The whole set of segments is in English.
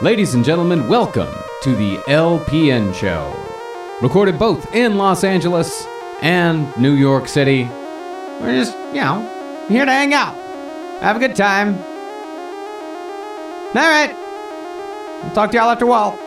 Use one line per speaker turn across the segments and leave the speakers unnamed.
Ladies and gentlemen, welcome to the LPN Show. Recorded both in Los Angeles and New York City. We're just, you know, here to hang out. Have a good time. All right. I'll talk to y'all after a while.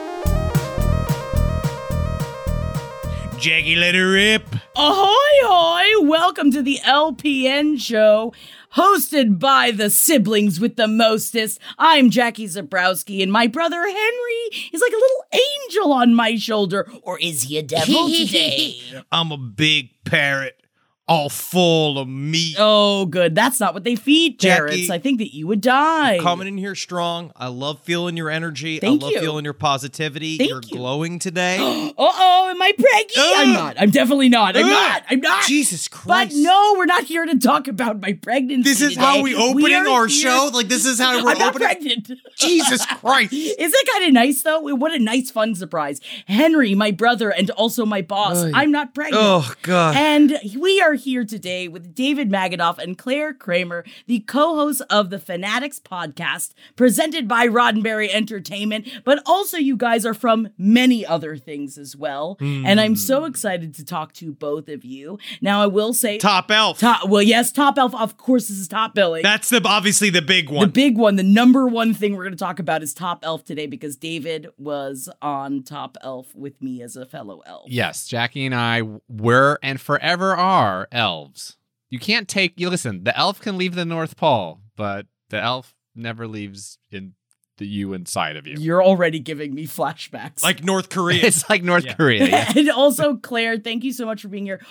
Jackie, let her rip.
Ahoy, hoy! Welcome to the LPN show, hosted by the siblings with the mostest. I'm Jackie Zabrowski, and my brother Henry is like a little angel on my shoulder. Or is he a devil today?
I'm a big parrot, all full of meat.
oh, good. That's not what they feed parrots.
Jackie.
I think that you would die.
Coming in here strong. I love feeling your energy.
Thank
I love
you.
feeling your positivity.
Thank
You're
you.
glowing today.
Uh oh, am I preggy? I'm
Ugh.
not. I'm definitely not. I'm
Ugh.
not. I'm not.
Ah! Jesus
But
Christ.
no, we're not here to talk about my pregnancy.
This is
today.
how we opening
are
our
here-
show? Like this is how we're
I'm not
opening
pregnant.
Jesus Christ.
Isn't that kind of nice though? What a nice fun surprise. Henry, my brother, and also my boss. I'm not pregnant.
Oh God.
And we are here today with David Magadoff and Claire Kramer, the co-hosts of the Fanatics podcast, presented by Roddenberry Entertainment. But also, you guys are from many other things as well. And I'm
Hmm.
so excited to talk to both of you. Now, I will say,
Top elf.
Top- well, yes, Top Elf. Of course, this is top billing.
That's the obviously the big
The
one.
big one, the number one thing we're going to talk about is Top Elf today because David was on Top Elf with me as a fellow elf.
Yes, Jackie and I were and forever are elves. You can't take you listen, the elf can leave the North Pole, but the elf never leaves in the you inside of you.
You're already giving me flashbacks.
like North Korea.
it's like North
Yeah.
Korea. yeah.
and also, Claire, thank you so much for being here.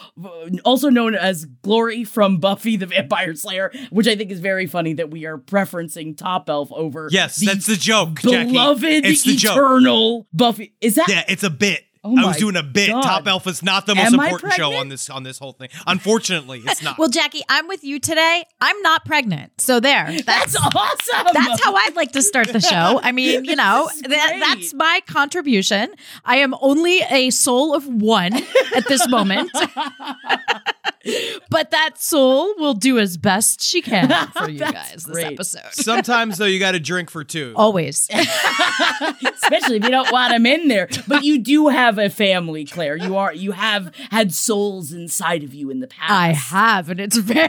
Also known as Glory from Buffy the Vampire Slayer, which I think is very funny that we are preferencing Top Elf over
yes,
the
that's the joke, Jackie.
beloved
It's the joke.
eternal Buffy. Is that
Yeah, it's a bit.
Oh
I was
my
doing a bit.
God.
Top Elf is not the most
Am I
important show
pregnant?
on this on this whole thing. Unfortunately, it's not.
Well, Jackie, I'm with you today. I'm not pregnant. So there.
that's
That's
awesome?
that's how I'd like to start the show. I mean, you know,
This is
that,
great.
that's my contribution. I am only a soul of one at this moment. but that soul will do as best she can for you
That's
guys
great.
this episode.
Sometimes though, you got to drink for two.
Oh.
Always.
especially if you don't want them in there. But you do have a family, Claire. You are you have had souls inside of you in the past.
I have, and it's very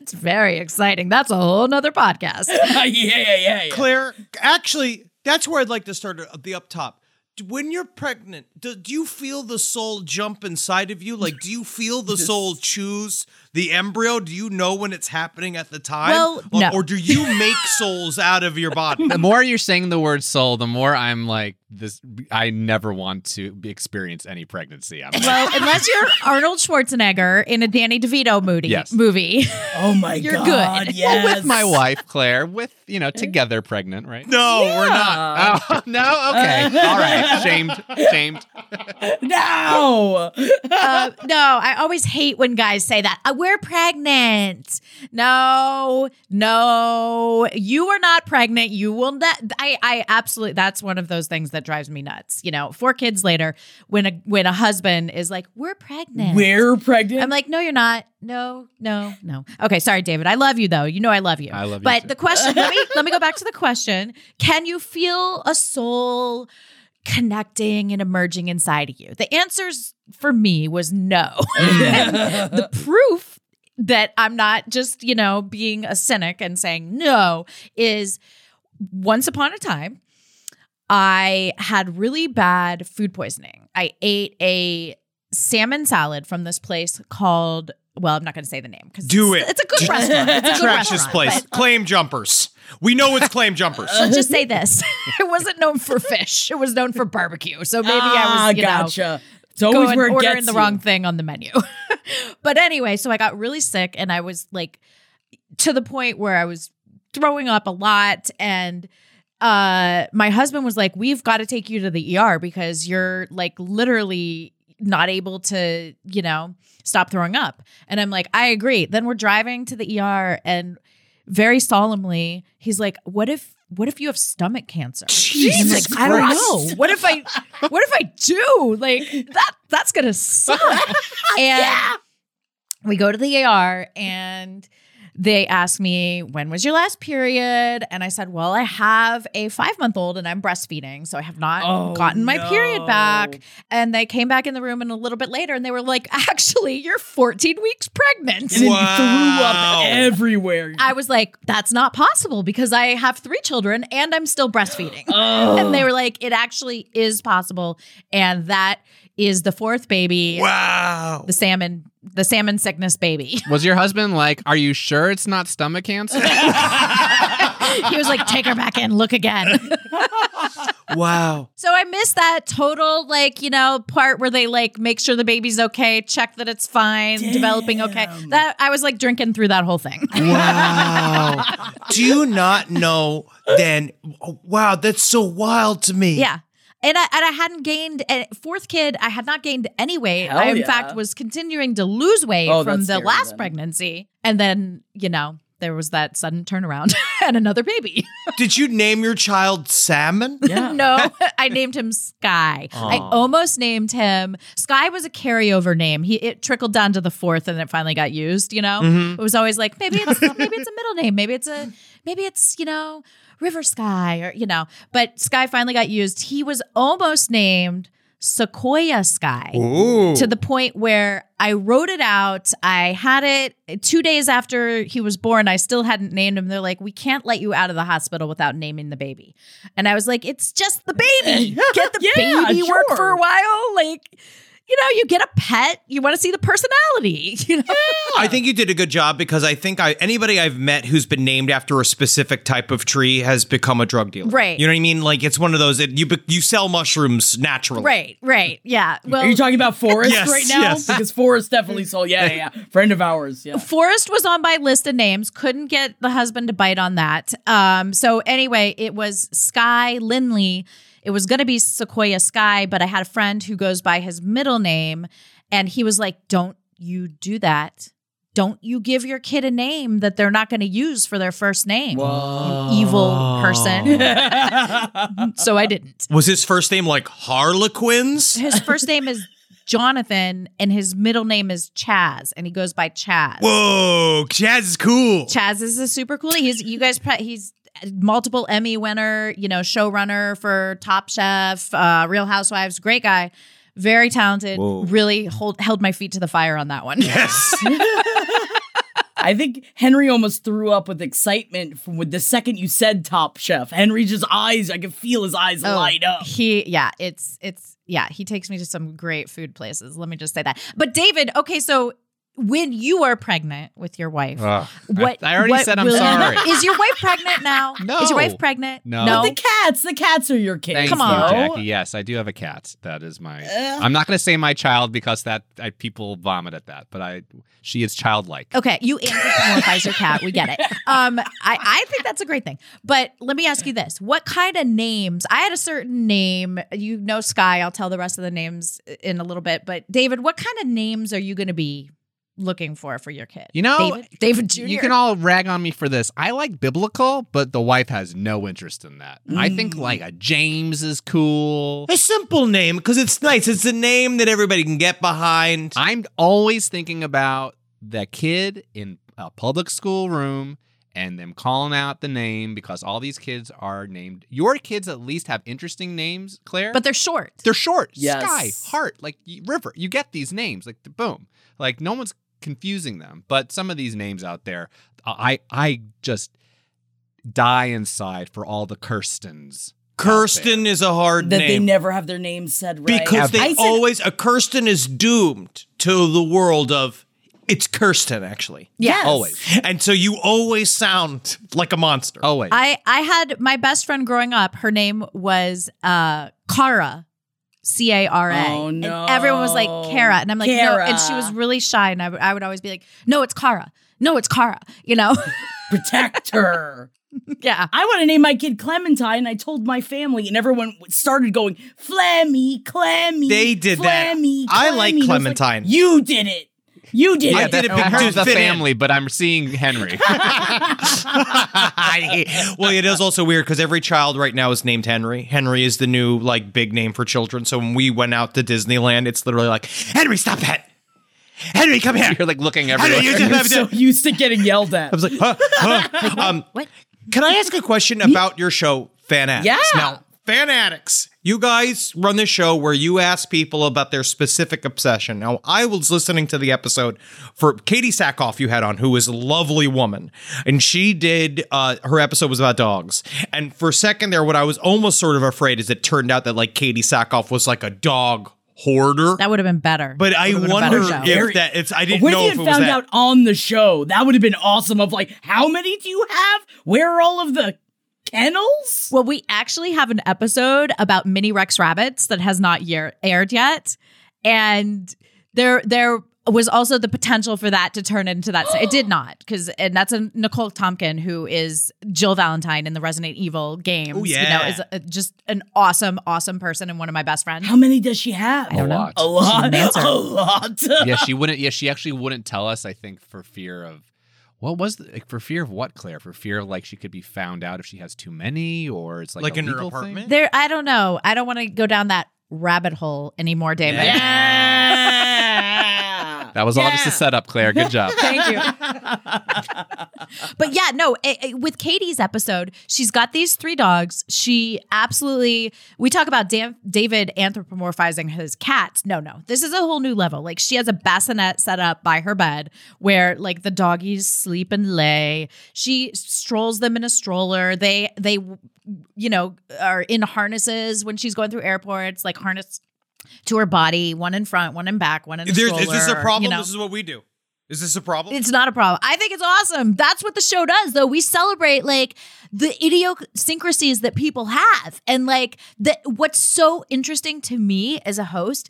it's very exciting. That's a whole nother podcast.
yeah, yeah, yeah. yeah.
Claire, actually, that's where I'd like to start at the up top. D- When you're pregnant, do, do you feel the soul jump inside of you? Like, do you feel the soul choose the embryo? Do you know when it's happening at the time?
Well,
or,
no.
or do you make souls out of your body?
The more you're saying the word soul, the more I'm like this I never want to be- experience any pregnancy. I'm like,
Well, unless you're Arnold Schwarzenegger in a Danny DeVito moody,
Yes.
movie.
Oh my
You're
god.
good.
Yes.
with my wife, Claire, with you know, together pregnant, right?
No, we're not.
Oh no, okay. All right. Shamed. Shamed.
No.
Uh, no, I always hate when guys say that. Uh, we're pregnant. No, no, you are not pregnant. You will not. I, I absolutely. That's one of those things that drives me nuts. You know, four kids later, when a when a husband is like, "We're pregnant,"
We're pregnant.
I'm like, "No, you're not. No, no, no." Okay, sorry, David. I love you though. You know, I love you.
I love you
But
too.
the question. let me let me go back to the question. Can you feel a soul? Connecting and emerging inside of you? The answers for me was no.
Uh.
the proof that I'm not just, you know, being a cynic and saying no is once upon a time, I had really bad food poisoning. I ate a salmon salad from this place called, well, I'm not going to say the name because
Do
it's,
it.
It's a good restaurant. It's a good
Trash this
restaurant,
place.
but uh,
Claim jumpers. We know it's claim jumpers.
Let's just say this. it wasn't known for fish. It was known for barbecue. So maybe
ah,
I was, you know,
gotcha. it's always
going
where it
ordering
gets
the
you.
wrong thing on the menu. but anyway, so I got really sick and I was like to the point where I was throwing up a lot and uh my husband was like we've got to take you to the ER because you're like literally not able to, you know, stop throwing up. And I'm like I agree. Then we're driving to the ER and very solemnly he's like what if what if you have stomach cancer? I'm
Jesus
like, I don't
Christ.
know. What if I what if I do? Like that that's gonna suck. And we go to the AR and they asked me, when was your last period? And I said, well, I have a five month old and I'm breastfeeding. So I have not
Oh,
gotten my period back.
no.
And they came back in the room and a little bit later and they were like, actually, you're 14 weeks pregnant.
And then
Wow.
you threw up everywhere.
I was like, that's not possible because I have three children and I'm still breastfeeding.
Oh, Ugh.
And they were like, it actually is possible. And that is the fourth baby,
Wow.
the salmon, the salmon sickness baby.
Was your husband like, are you sure it's not stomach cancer?
he was like, take her back in, look again.
Wow.
so I missed that total, like, you know, part where they like make sure the baby's okay, check that it's fine, developing okay.
Damn.
That I was like drinking through that whole thing.
Wow. Do you not know then? oh, Wow, that's so wild to me.
Yeah. And I, and I hadn't gained a fourth kid. I had not gained any weight.
Hell
I, in
yeah.
fact, was continuing to lose weight
Oh,
from
that's
the
scary
last
then.
pregnancy. And then, you know, there was that sudden turnaround and another baby.
Did you name your child Salmon?
Yeah.
no, I named him Sky. I
Aw.
almost named him Sky was a carryover name. He it trickled down to the fourth, and it finally got used. You know, it was always like maybe it's maybe it's a middle name, maybe it's a maybe it's you know River Sky or you know. But Sky finally got used. He was almost named Sequoia Sky
Ooh.
to the point where I wrote it out. I had it two days after he was born. I still hadn't named him. They're like, we can't let you out of the hospital without naming the baby. And I was like, it's just the baby. Get the
Yeah,
baby work
sure.
for a while. Like, you know, you get a pet. You want to see the personality. You know,
I think you did a good job because I think I anybody I've met who's been named after a specific type of tree has become a drug dealer.
Right.
You know what I mean? Like it's one of those that you be- you sell mushrooms naturally.
right, right, yeah. Well,
Are you talking about Forrest
Yes,
right now?
yes.
Because Forrest definitely sold. Yeah, yeah, yeah. Friend of ours. Yeah.
Forrest was on my list of names. Couldn't get the husband to bite on that. Um, so anyway, it was Sky Linley. It was going to be Sequoia Sky, but I had a friend who goes by his middle name, and he was like, "Don't you do that? Don't you give your kid a name that they're not going to use for their first name? You evil person." so I didn't.
Was his first name like Harlequins?
His first name is Jonathan, and his middle name is Chaz, and he goes by Chaz.
Whoa, Chaz is cool.
Chaz is a super cool. He's you guys. Pre- he's multiple Emmy winner. You know, showrunner for Top Chef, uh, Real Housewives. Great guy, very talented.
Whoa.
Really hold held my feet to the fire on that one.
Yes.
I think Henry almost threw up with excitement from with the second you said Top Chef. Henry just eyes. I could feel his eyes
Oh,
light up.
He yeah, it's it's yeah. He takes me to some great food places. Let me just say that. But David, okay, so. When you are pregnant with your wife,
Uh,
what
I already
what
said I'm
will-
sorry.
Is your wife pregnant now?
No.
Is your wife pregnant?
No.
The cats. The cats are your kids.
Thank
Come
you,
on.
Jackie. Yes, I do have a cat. That is my. I'm not going to say my child because that I, people vomit at that, but I she is childlike.
Okay, you anthropomorphize your cat. We get it. Um, I, I think that's a great thing. But let me ask you this: What kind of names? I had a certain name. You know, Sky. I'll tell the rest of the names in a little bit. But David, what kind of names are you going to be looking for for your kid?
You know,
David, David Jr.
You can all rag on me for this. I like biblical, but the wife has no interest in that. I think like a James is cool.
a simple name because it's nice. It's a name that everybody can get behind.
I'm always thinking about the kid in a public school room and them calling out the name because all these kids are named. Your kids at least have interesting names, Claire.
but they're short.
they're short.
Yes.
Sky, heart, like y- river. You get these names, like the boom. Like no one's confusing them. But some of these names out there, uh, I I just die inside for all the Kirstens.
Kirsten is a hard
That they
name.
never have their names said right.
because they
I said-
always a Kirsten is doomed to the world of it's Kirsten actually.
yes.
Always.
And so you always sound like a monster.
Oh wait.
I I had my best friend growing up. Her name was uh Cara. C A R A.
Oh, no.
And everyone was like Cara, and I'm like
Cara.
no. And she was really shy, and I would- I would always be like, no, it's Cara. No, it's Cara. You know,
Protect her.
yeah.
I want to name my kid Clementine. I told my family, and everyone started going, Flemmy, Clemmy.
They did that.
Flemmy,
I like
Clemmy." And was
Clementine.
you did it. You did
I
it.
did it
I heard
because-
the
fit in.
family, but I'm seeing Henry.
I hate- well, it is also weird because every child right now is named Henry. Henry is the new like big name for children. So when we went out to Disneyland, it's literally like Henry, stop that. Henry, come here.
You're like looking
Henry,
everywhere.
you just
I'm
have
so
to.
used to getting yelled at.
I was like, huh, huh. Um,
What?
Can I ask a question about your show, Fanatics?
Yeah.
Now, Fanatics, you guys run this show where you ask people about their specific obsession. Now, I was listening to the episode for Katie Sackhoff you had on, who is a lovely woman, and she did uh, her episode was about dogs. And for a second there, what I was almost sort of afraid is it turned out that like Katie Sackhoff was like a dog hoarder.
That would have been better.
but I
Would've been a better
wonder
show.
if that it's I didn't
What
know
if
if
you
it
had
was
found
that.
out on the show? That would have been awesome. Of like, how many do you have? Where are all of the kennels?
Well, we actually have an episode about mini Rex rabbits that has not year- aired yet, and there there was also the potential for that to turn into that. it did not because, and that's a Nicole Tompkin who is Jill Valentine in the Resident Evil games.
Oh,
you know,
yeah.
is a, just an awesome, awesome person and one of my best friends.
How many does she have?
I don't know.
A lot.
answer.
A lot.
yeah, she wouldn't. Yeah, she actually wouldn't tell us. I think for fear of what was the, like, for fear of what, Claire? For fear of like she could be found out if she has too many, or it's like
Like
a
in her
legal thing?
apartment?
There, I don't know. I don't want to go down that rabbit hole anymore, David.
Yeah.
That was all just a
Yeah.
setup, Claire. Good job.
Thank you. But yeah, no, it, it- with Katie's episode, she's got these three dogs. She absolutely, we talk about Dan, David anthropomorphizing his cats. No, no, this is a whole new level. Like she has a bassinet set up by her bed where like the doggies sleep and lay. She strolls them in a stroller. They, they, you know, are in harnesses when she's going through airports, like harness to her body, one in front, one in back, one in a
There's-
stroller.
is this a
you
problem?
know.
This is what we do. Is this a problem?
It's not a problem. I think it's awesome. That's what the show does, though. We celebrate like the idiosyncrasies that people have, and like that. What's so interesting to me as a host.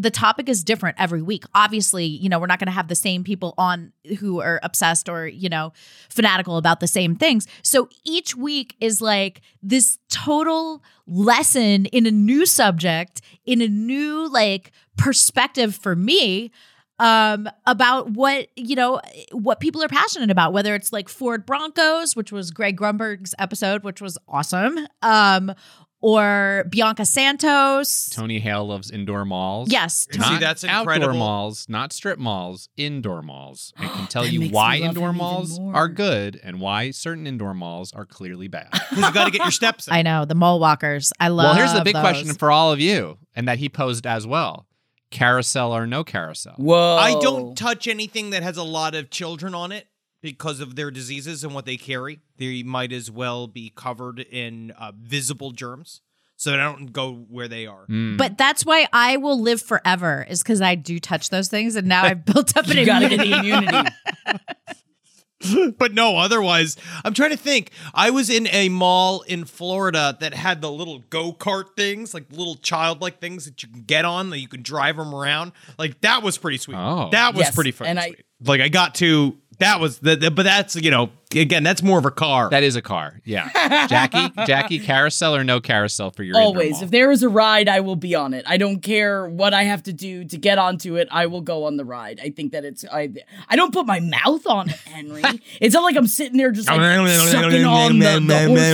The topic is different every week. Obviously, you know, we're not going to have the same people on who are obsessed or, you know, fanatical about the same things. So each week is like this total lesson in a new subject, in a new like perspective for me um about what you know what people are passionate about whether it's like Ford Broncos which was Greg Grumberg's episode which was awesome um or Bianca Santos
Tony Hale loves indoor malls.
yes
See,
Not
that's
outdoor
incredible.
malls, not strip malls, indoor malls, and can tell
That
you
makes
why
me love
indoor
him even
malls
more.
are good and why certain indoor malls are clearly bad.
'Cause you got to get your steps in.
I know the mole walkers I love
well, here's the big
those.
question for all of you, and that he posed as well: carousel or no carousel?
Whoa.
I don't touch anything that has a lot of children on it because of their diseases and what they carry. They might as well be covered in uh, visible germs. So I don't go where they are.
Mm.
but that's why I will live forever is cuz I do touch those things and now I've built up an
You gotta get
immunity
the immunity.
But no, otherwise, I'm trying to think. I was in a mall in Florida that had the little go kart things, like little childlike things that you can get on that you can drive them around. Like that was pretty sweet.
Oh.
that was
Yes,
pretty fun.
and I-
like I got to that was the, the- but that's you know again that's more of a car.
That is a car. Yeah. Jackie, Jackie, carousel or no carousel for your indoor
Always,
mall?
if there is a ride, I will be on it. I don't care what I have to do to get onto it. I will go on the ride. I think that it's I. I don't put my mouth on it, Henry. it's not like I'm sitting there just like sucking on the,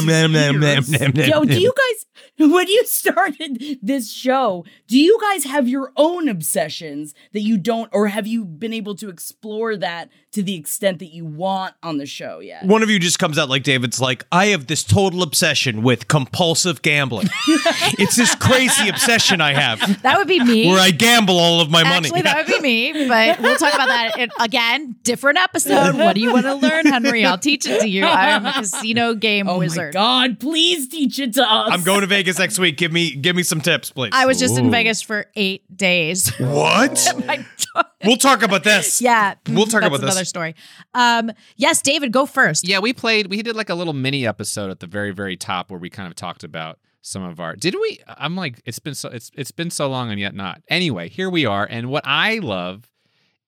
the horse's ears. Yo, do you guys? When you started this show, do you guys have your own obsessions that you don't, or have you been able to explore that to the extent that you want on the show yet?
One of you just comes out like David's like, I have this total obsession with compulsive gambling. it's this crazy obsession I have
that would be me
where I gamble all of my money.
Actually, that would be me, but we'll talk about that in, again, different episode. What do you want to learn, Henry? I'll teach it to you. I'm a casino game
Oh my
wizard.
God! Please teach it to us.
I'm going to Vegas next week. Give me give me some tips, please.
I was just in
Ooh.
Vegas for eight days. Oh
what?
My
we'll talk about this.
yeah,
We'll talk
that's
about this.
another story. Um, yes, David, go first.
Yeah, we played. We did like a little mini episode at the very, very top where we kind of talked about some of our. Did we? I'm like, it's been so. It's it's been so long and yet not. Anyway, here we are. And what I love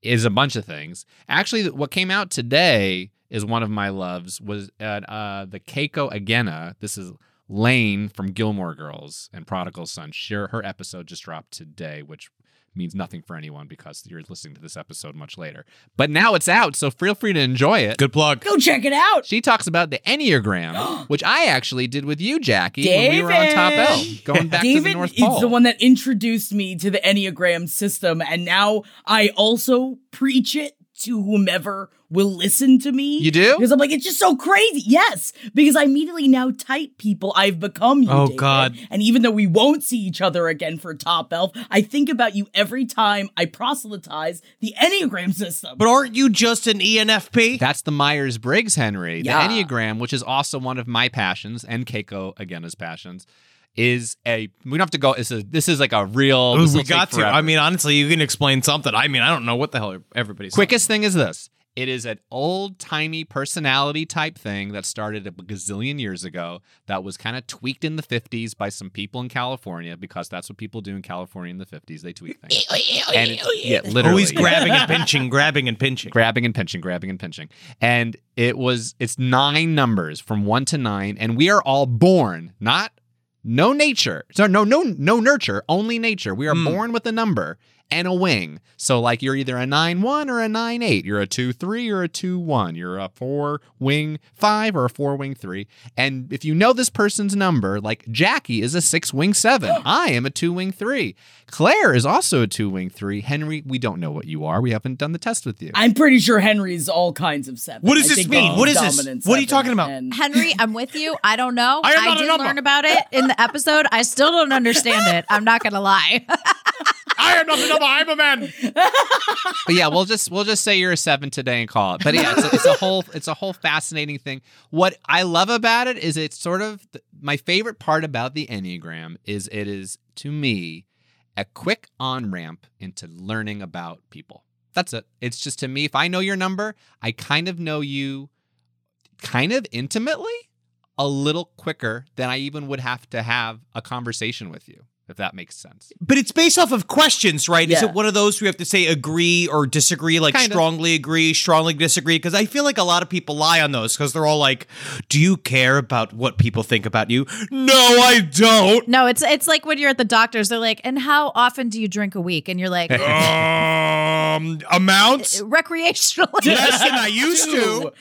is a bunch of things. Actually, what came out today is one of my loves was uh, uh, the Keiko Agena. This is Lane from Gilmore Girls and Prodigal Son. Sure, her episode just dropped today, which means nothing for anyone because you're listening to this episode much later. But now it's out, so feel free to enjoy it.
Good plug.
Go check it out.
She talks about the Enneagram, which I actually did with you, Jackie, when we were on Top
David!
L, going back to the
David
North Pole.
is the one that introduced me to the Enneagram system, and now I also preach it to whomever will listen to me.
You do?
Because I'm like, it's just so crazy. Yes, because I immediately now type people I've become you.
Oh,
David.
God.
And even though we won't see each other again for Top Elf, I think about you every time I proselytize the Enneagram system.
But aren't you just an E ENFP?
That's the Myers Briggs Henry.
Yeah.
The Enneagram, which is also one of my passions and Keiko again is passions, is a we don't have to go. This is this is like a real.
Ooh,
this will
we
take
got to.
forever.
I mean, honestly, you can explain something. I mean, I don't know what the hell everybody's
quickest thing is this. It is an old timey personality type thing that started a gazillion years ago that was kind of tweaked in the 50s by some people in California because that's what people do in California in the 50s. They tweak things. and it's, yeah, literally.
Always grabbing and pinching, grabbing and pinching.
grabbing and pinching, grabbing and pinching. And it was it's nine numbers from one to nine, and we are all born, not no nature. So no no no nurture, only nature. We are
Hmm.
born with a number and a wing. So like you're either a nine one or a nine eight. You're a two three or a two one. You're a four wing five or a four wing three. And if you know this person's number, like Jackie is a six wing seven. I am a two wing three. Claire is also a two wing three. Henry, we don't know what you are. We haven't done the test with you.
I'm pretty sure Henry's all kinds of seven.
What does this
I think
mean?
he's
What is this?
dominant
What are you
seven
talking about?
and-
Henry, I'm with you. I don't know.
I am not a
did
number.
learn about it in the episode. I still don't understand it. I'm not gonna lie.
I am not a number. I'm a man.
But yeah, we'll just we'll just say you're a seven today and call it. But yeah, it's, it's a whole it's a whole fascinating thing. What I love about it is it's sort of my favorite part about the Enneagram is it is to me a quick on ramp into learning about people. That's it. It's just to me if I know your number, I kind of know you kind of intimately a little quicker than I even would have to have a conversation with you if that makes sense.
But it's based off of questions, right? Is
Yeah.
it one of those we have to say agree or disagree, like
Kind of.
strongly agree, strongly disagree? Because I feel like a lot of people lie on those because they're all like, "Do you care about what people think about you?" No, I don't.
No, it's it's like when you're at the doctor's, they're like, and how often do you drink a week? And you're like,
um, amounts
recreationally.
less than I used to.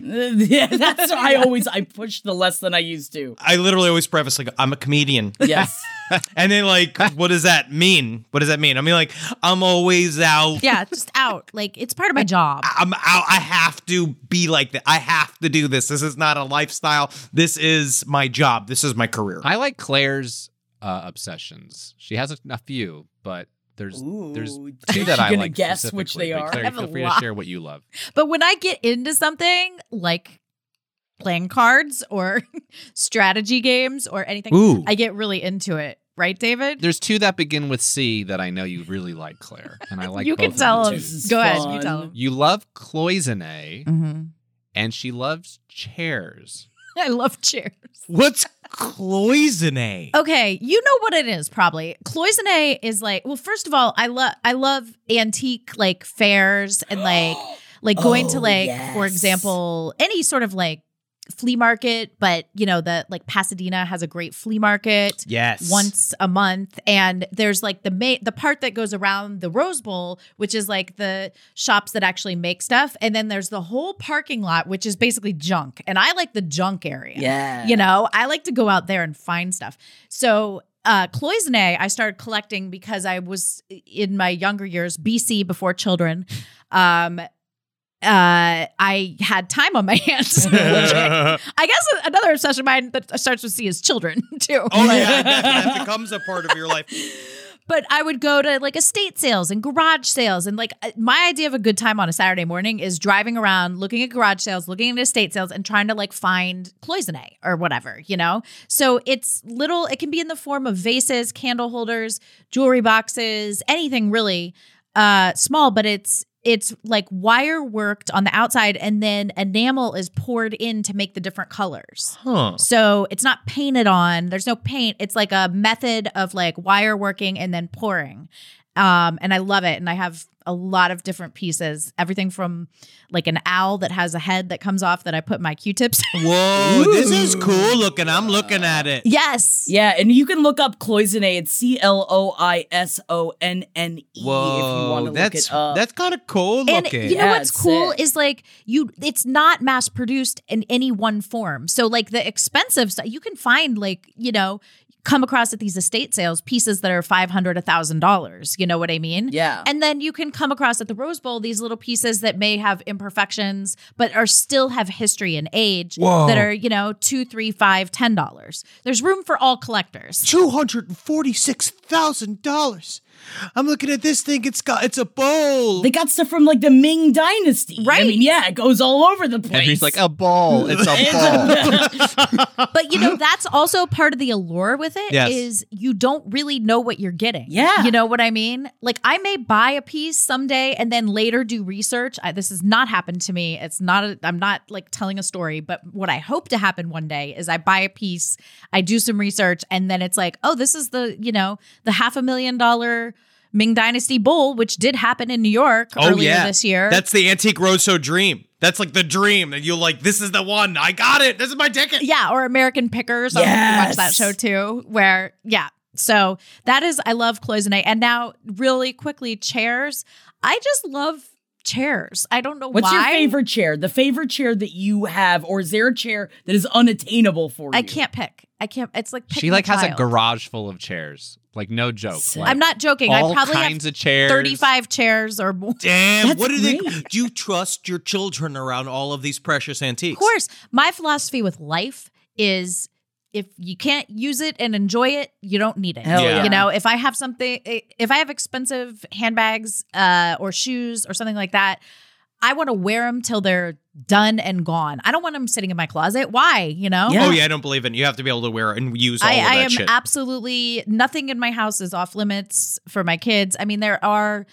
yeah, that's what I always I push the less than I used to.
I literally always preface like, "I'm a comedian,"
Yes.
and then like, "What does that mean? What does that mean?" I mean, like, I'm always out.
yeah, just out. Like it's part of my job.
I'm out. I have to be like that. I have to do this. This is not a lifestyle. This is my job. This is my career.
I like Claire's uh, obsessions. She has a, a few, but there's there's
Ooh,
two
is
that
she
I
gonna
like.
guess which
specifically,
they
but
are?
Claire,
I have a
feel free to
lot.
share what you love.
But when I get into something like playing cards or strategy games or anything,
Ooh.
I get really into it. Right, David?
There's two that begin with C that I know you really like, Claire, and I like.
you
both
can
of
tell
them,
him.
too.
This is
Go ahead,
fun.
you tell him.
You love cloisonne,
Mm-hmm.
and she loves chairs.
I love chairs.
What's cloisonne?
Oh,
Okay, you know what it is probably. Cloisonne is like, well, first of all, I love I love antique like fairs and like like going to
Oh,
like for
yes.
example any sort of like flea market, but you know the like Pasadena has a great flea market.
Yes.
once a month and there's like the ma- the part that goes around the Rose Bowl which is like the shops that actually make stuff and then there's the whole parking lot which is basically junk and I like the junk area.
Yeah.
You know, I like to go out there and find stuff. So uh, cloisonne I started collecting because I was in my younger years, BC before children. Um, uh, I had time on my hands.
Oh,
I guess another obsession of mine that starts with C is children too.
Oh yeah, that, that becomes a part of your life.
But I would go to like estate sales and garage sales. And like uh, my idea of a good time on a Saturday morning is driving around, looking at garage sales, looking at estate sales, and trying to like find cloisonne or whatever, you know? So it's little, it can be in the form of vases, candle holders, jewelry boxes, anything really uh small, but it's it's like wire worked on the outside and then enamel is poured in to make the different colors.
Huh.
So it's not painted on. There's no paint. It's like a method of like wire working and then pouring. Um, and I love it. And I have a lot of different pieces. Everything from like an owl that has a head that comes off that I put my Q-tips.
Whoa, this is cool looking. I'm looking at it.
yes.
Yeah, and you can look up cloisonne. It's C L O I S O N N E if you want
Whoa,
to look
that's
it up.
that's kind of cool
And
looking.
you know
Yeah,
what's
it's
cool
sick.
is like you it's not mass produced in any one form. So like the expensive stuff you can find like, you know, come across at these estate sales pieces that are 500 $1000, you know what I mean?
yeah.
And then you can come across at the Rose Bowl these little pieces that may have imperfections, but are still have history and age
Whoa.
that are, you know, two, three, five, ten dollars. There's room for all collectors.
Two hundred and forty-six thousand dollars. I'm looking at this thing. It's got it's a bowl.
they got stuff from like the Ming Dynasty. I
Right.
mean, yeah, it goes all over the place.
And he's like, a ball. It's a ball.
But you know, that's also part of the allure with it is
Yes.
you don't really know what you're getting.
Yeah.
You know what I mean? Like I may buy a piece someday and then later do research. I, this has not happened to me. It's not a, I'm not like telling a story, but what I hope to happen one day is I buy a piece, I do some research and then it's like, "Oh, this is the, you know, the half a million dollar Ming Dynasty Bowl, which did happen in New York earlier this year.
Oh, That's the antique roadshow dream. That's like the dream that you're like, this is the one. I got it. This is my ticket.
Yeah, or American Pickers. Yes. I watch that
Yes.
show too. Where yeah, so that is I love cloisonne. And now really quickly, chairs. I just love chairs. I don't know
"Oh,
What's
why.
your favorite chair? The favorite chair that you have, or is there a chair that is unattainable for you?
I can't pick. I can't. It's like
She
picking
like has a
child.
garage full of chairs. Like no joke. Like,
I'm not joking.
All
I probably
kinds
have
of chairs.
thirty-five chairs or more.
Damn,
That's
what do they?
great.
Do you trust your children around all of these precious antiques?
Of course, my philosophy with life is if you can't use it and enjoy it, you don't need it.
Hell Yeah.
You know, if I have something, eh, if I have expensive handbags uh, or shoes or something like that, I want to wear them till they're done and gone. I don't want them sitting in my closet. Why? You know.
Yeah.
Oh yeah, I don't believe in. You have to be able to wear and use all
I,
of that
I am
shit.
absolutely nothing in my house is off limits for my kids. I mean, there are,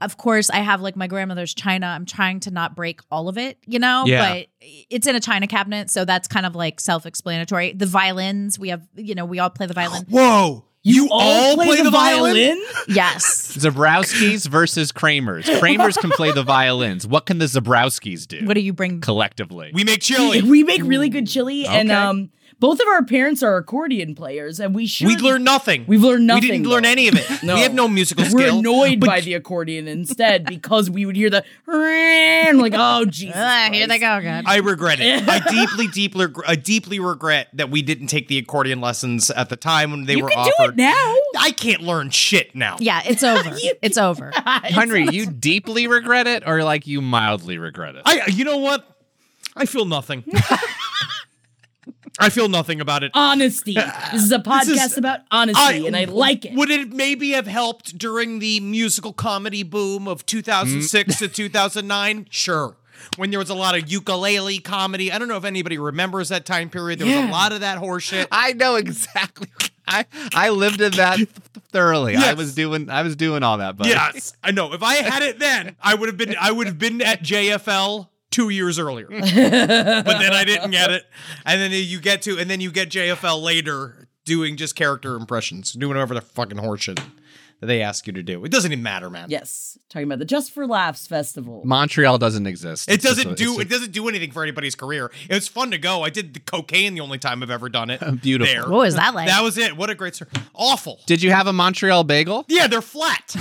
of course, I have like my grandmother's china. I'm trying to not break all of it, you know,
Yeah.
but it's in a china cabinet. So that's kind of like self explanatory. The violins, we have, you know, we all play the violin.
Whoa, you, all play, the, violin?
yes.
Zabrowskis versus Kramers. Kramers can play the violins. What can the Zabrowskis do
What do you bring?
collectively?
We make chili.
We make really good chili, and
Okay.
um, both of our parents are accordion players, and we should.
We learned nothing.
We've learned nothing.
We didn't learn
though.
any of it.
No.
We have no musical
We're
skill.
annoyed by the accordion instead because we would hear the and like oh Jesus.
Ah, here they
Christ.
go again.
I regret it. I deeply, deeply, I deeply regret that we didn't take the accordion lessons at the time when they
You
were
can do
offered.
it now.
I can't learn shit now.
yeah, it's over. it's over.
Henry, you deeply regret it or like you mildly regret it?
I, you know what? I feel nothing.
Oh,
I feel nothing about it.
Honesty. This is a podcast about honesty, and I like it.
Would it maybe have helped during the musical comedy boom of
Mm.
2006 to 2009? Sure. When there was a lot of ukulele comedy. I don't know if anybody remembers that time period. There was
Yeah.
a lot of that horseshit.
I know exactly. I I lived in that thoroughly. I
Yes.
was doing I was doing all that, but
Yes, I know. If I had it then, I would have been I would have been at JFL two years earlier. but then I didn't get it, and then you get to and then you get JFL later doing just character impressions, doing whatever the fucking horseshit that they ask you to do. It doesn't even matter, man.
Yes, talking about the Just for Laughs festival.
Montreal doesn't exist.
It
It's just
doesn't
a-
do it
it's
doesn't do anything for anybody's career. It was fun to go. I did the cocaine the only time I've ever done it.
Beautiful.
There.
What was that like?
That was it. What a great story. Awful.
Did you have a Montreal bagel?
Yeah, they're flat.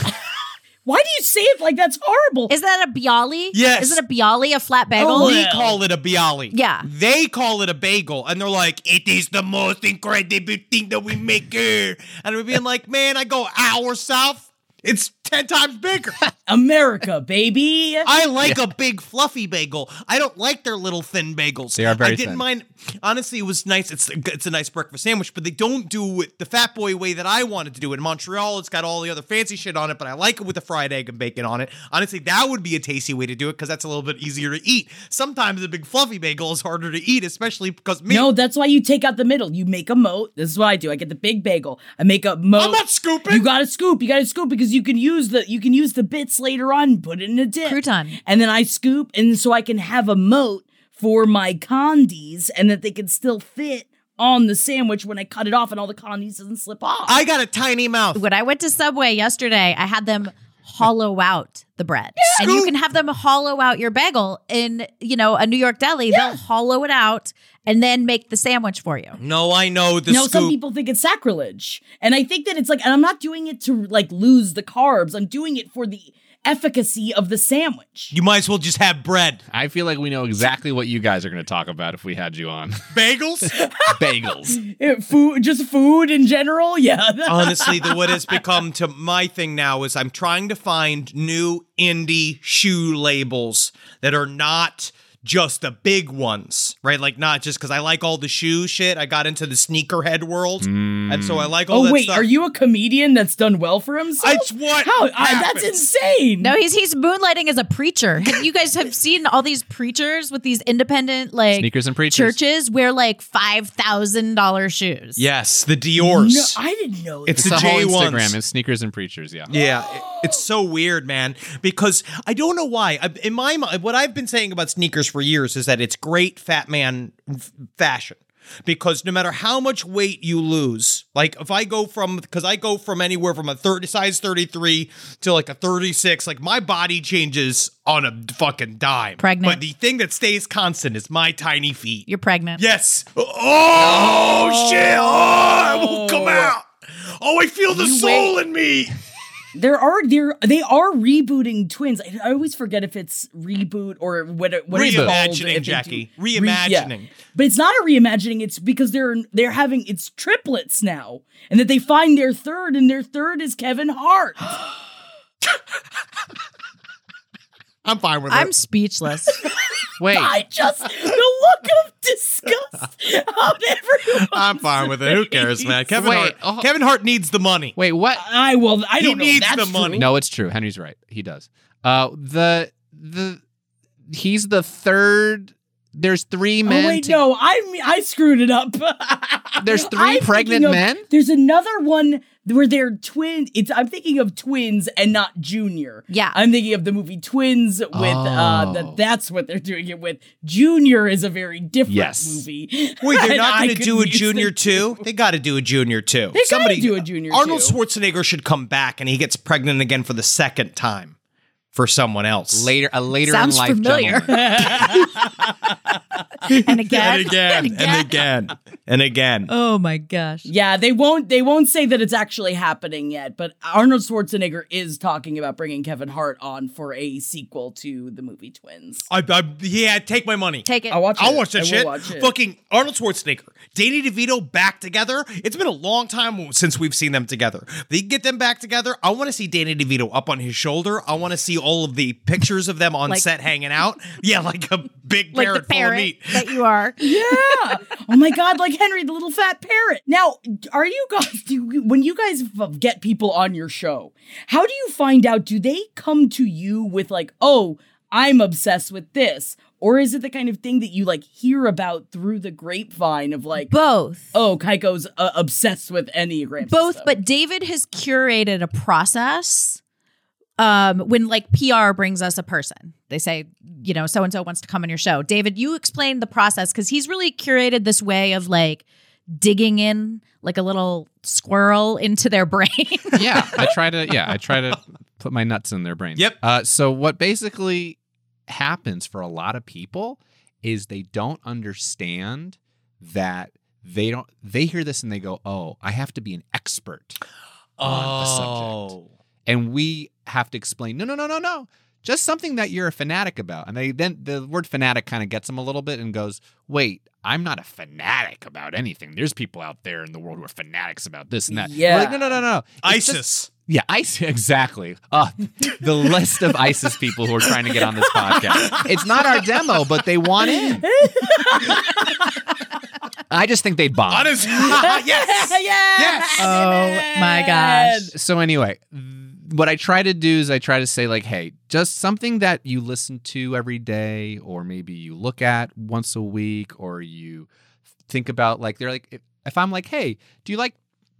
Why do you say it like that's horrible?
is that a bialy?
Yes.
Is it a bialy, a flat bagel?
Oh,
We
Well.
call it a bialy.
Yeah.
They call it a bagel, and they're like, "It is the most incredible thing that we make here." And we're being like, "Man, I go hour south. It's ten times bigger.
America, baby.
I like a big fluffy bagel. I don't like their little thin bagels.
They are very
I didn't
thin.
mind. Honestly, it was nice. It's it's a nice breakfast sandwich, but they don't do it the fat boy way that I wanted to do it. In Montreal, it's got all the other fancy shit on it, but I like it with the fried egg and bacon on it. Honestly, that would be a tasty way to do it because that's a little bit easier to eat. Sometimes a big fluffy bagel is harder to eat, especially because me.
No, that's why you take out the middle. You make a moat. This is what I do. I get the big bagel. I make a moat.
I'm not scooping.
You got to scoop. You got to scoop because you can use the you can use the bits later on. and Put it in a dip.
Crouton.
And then I scoop, and so I can have a moat for my condies, and that they can still fit on the sandwich when I cut it off, and all the condies doesn't slip off.
I got a tiny mouth.
when I went to Subway yesterday, I had them hollow out the bread. And you can have them hollow out your bagel in, you know, a New York deli. They'll hollow it out and then make the sandwich for you.
No, I know the
no,
scoop.
some people think it's sacrilege. And I think that it's like, and I'm not doing it to like lose the carbs. I'm doing it for the efficacy of the sandwich.
you might as well just have bread.
I feel like we know exactly what you guys are going to talk about if we had you on.
Bagels?
Bagels.
Eh, food, just food in general. Yeah.
Honestly, the what has become to my thing now is I'm trying to find new indie shoe labels that are not just the big ones, right? Like not just because I like all the shoe shit. I got into the sneakerhead world, and so I like all
oh
that
wait,
stuff.
are you a comedian that's done well for himself?
It's what
How? I,
happens.
that's insane.
No, he's he's moonlighting as a preacher. Have- you guys have seen all these preachers with these independent like
Sneakers and preachers.
churches wear like five thousand dollar shoes.
Yes, the Dior's.
No, I didn't know.
It's
It's the whole
J ones.
Instagram is sneakers and preachers. Yeah.
Yeah, it- it's so weird, man. Because I don't know why. I- In my mind, what I've been saying about sneakers for years is that it's great fat man f- fashion. Because no matter how much weight you lose, like if I go from, because I go from anywhere from a 30, size 33 to like a 36, like my body changes on a fucking dime.
Pregnant.
But the thing that stays constant is my tiny feet.
You're pregnant.
Yes. Oh, shit. Oh, it will come out. Oh, I feel the soul in me.
There are there they are rebooting twins. I, I always forget if it's reboot or what. it- what it's called,
Reimagining,
if they do-
Jackie.
Re-
Reimagining.
But it's not a reimagining. It's because they're they're having it's triplets now, and that they find their third, and their third is Kevin Hart.
I'm fine with
I'm speechless.
Wait.
I just the look of disgust on everyone.
I'm fine with it. Who cares, man? Kevin
Wait,
Hart.
oh.
Kevin Hart needs the money.
Wait, what?
I will. I
He
don't know. if
needs
that's
the money.
true.
No, it's true. Henry's right. He does. Uh, the the he's the third. There's three men.
Oh, wait,
to-
no, I mean, I screwed it up.
There's
I'm
three
thinking
pregnant
of-
men?
There's another one where they're twin. It's I'm thinking of twins and not junior.
Yeah.
I'm thinking of the movie Twins with uh
Oh.
that that's what they're doing it with. Junior is a very different
Yes.
movie.
Wait, they're
And
not
I
going to
could
do a
use them
junior two.
too.
They got to do a junior two.
They gotta do a junior
Arnold
two.
Schwarzenegger should come back, and he gets pregnant again for the second time for someone else.
later a later
Sounds
in life
familiar.
gentleman.
and again.
and again, and again.
Oh my gosh.
Yeah, they won't they won't say that it's actually happening yet, but Arnold Schwarzenegger is talking about bringing Kevin Hart on for a sequel to the movie Twins.
I, I, yeah, take my money.
Take it.
I'll watch it.
I'll watch
I
that
will
shit.
watch it.
Fucking Arnold Schwarzenegger, Danny DeVito back together. It's been a long time since we've seen them together. If They get them back together. I want to see Danny DeVito up on his shoulder. I want to see all of the pictures of them on
Like-
set hanging out. Yeah, like a big
like
parrot
the
full of
parrot
meat.
that you are.
Yeah. Oh my God, like Henry, the little fat parrot. Now, are you guys, do you, when you guys f- get people on your show, how do you find out? Do they come to you with, like, oh, I'm obsessed with this? Or is it the kind of thing that you like hear about through the grapevine of like,
Both.
oh, Kaiko's uh, obsessed with Enneagrams?
both but david has curated a process um when like pr brings us a person they say you know so and so wants to come on your show david you explain the process because he's really curated this way of like digging in like a little squirrel into their brain
yeah, I try to. Yeah, I try to put my nuts in their brains.
Yep.
Uh, so what basically happens for a lot of people is they don't understand that they don't. They hear this and they go, "Oh, I have to be an expert." on a
Oh.
subject. and we have to explain no no no no no just something that you're a fanatic about and they then the word fanatic kind of gets them a little bit and goes wait i'm not a fanatic about anything there's people out there in the world who are fanatics about this and that We're like,
Yeah.
no no no no It's
ISIS.
just- yeah isis exactly uh, the list of isis people who are trying to get on this podcast it's not our demo but they want in i just think they'd bomb
Honest. yes.
yeah. Yes.
Oh my gosh.
so anyway, th- what I try to do is I try to say like, hey, just something that you listen to every day, or maybe you look at once a week, or you think about like they're like if, if I'm like, hey, do you like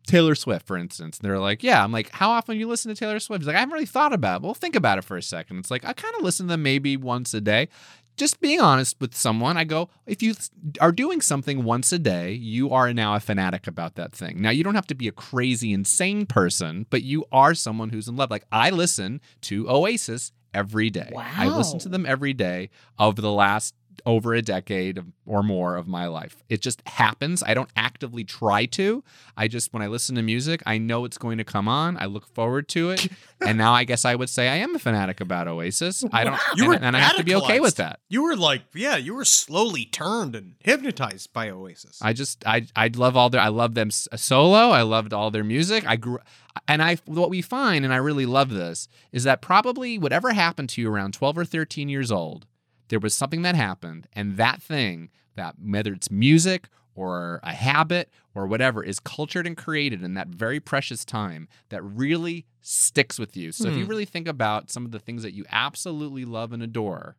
Taylor Swift, for instance? And they're like, yeah. I'm like, how often do you listen to Taylor Swift? He's like, I haven't really thought about it. Well, think about it for a second. It's like I kind of listen to them maybe once a day. just being honest with someone, I go, if you are doing something once a day, you are now a fanatic about that thing. Now, you don't have to be a crazy, insane person, but you are someone who's in love. Like, I listen to Oasis every day. I listen
Wow.
to them every day of the last over a decade of- or more of my life. It just happens. I don't actively try to. I just, when I listen to music, I know it's going to come on. I look forward to it. and now I guess I would say I am a fanatic about Oasis. I don't,
You
and-
were
and I have to be okay with
radicalized.
that.
You were like, yeah, you were slowly turned and hypnotized by Oasis.
I just I I love all their I love them s- solo. I loved all their music. I grew and I what we find and I really love this is that probably whatever happened to you around 12 or 13 years old, there was something that happened and that thing that whether it's music or a habit or whatever is cultured and created in that very precious time that really sticks with you. So if you
Hmm.
really think about some of the things that you absolutely love and adore,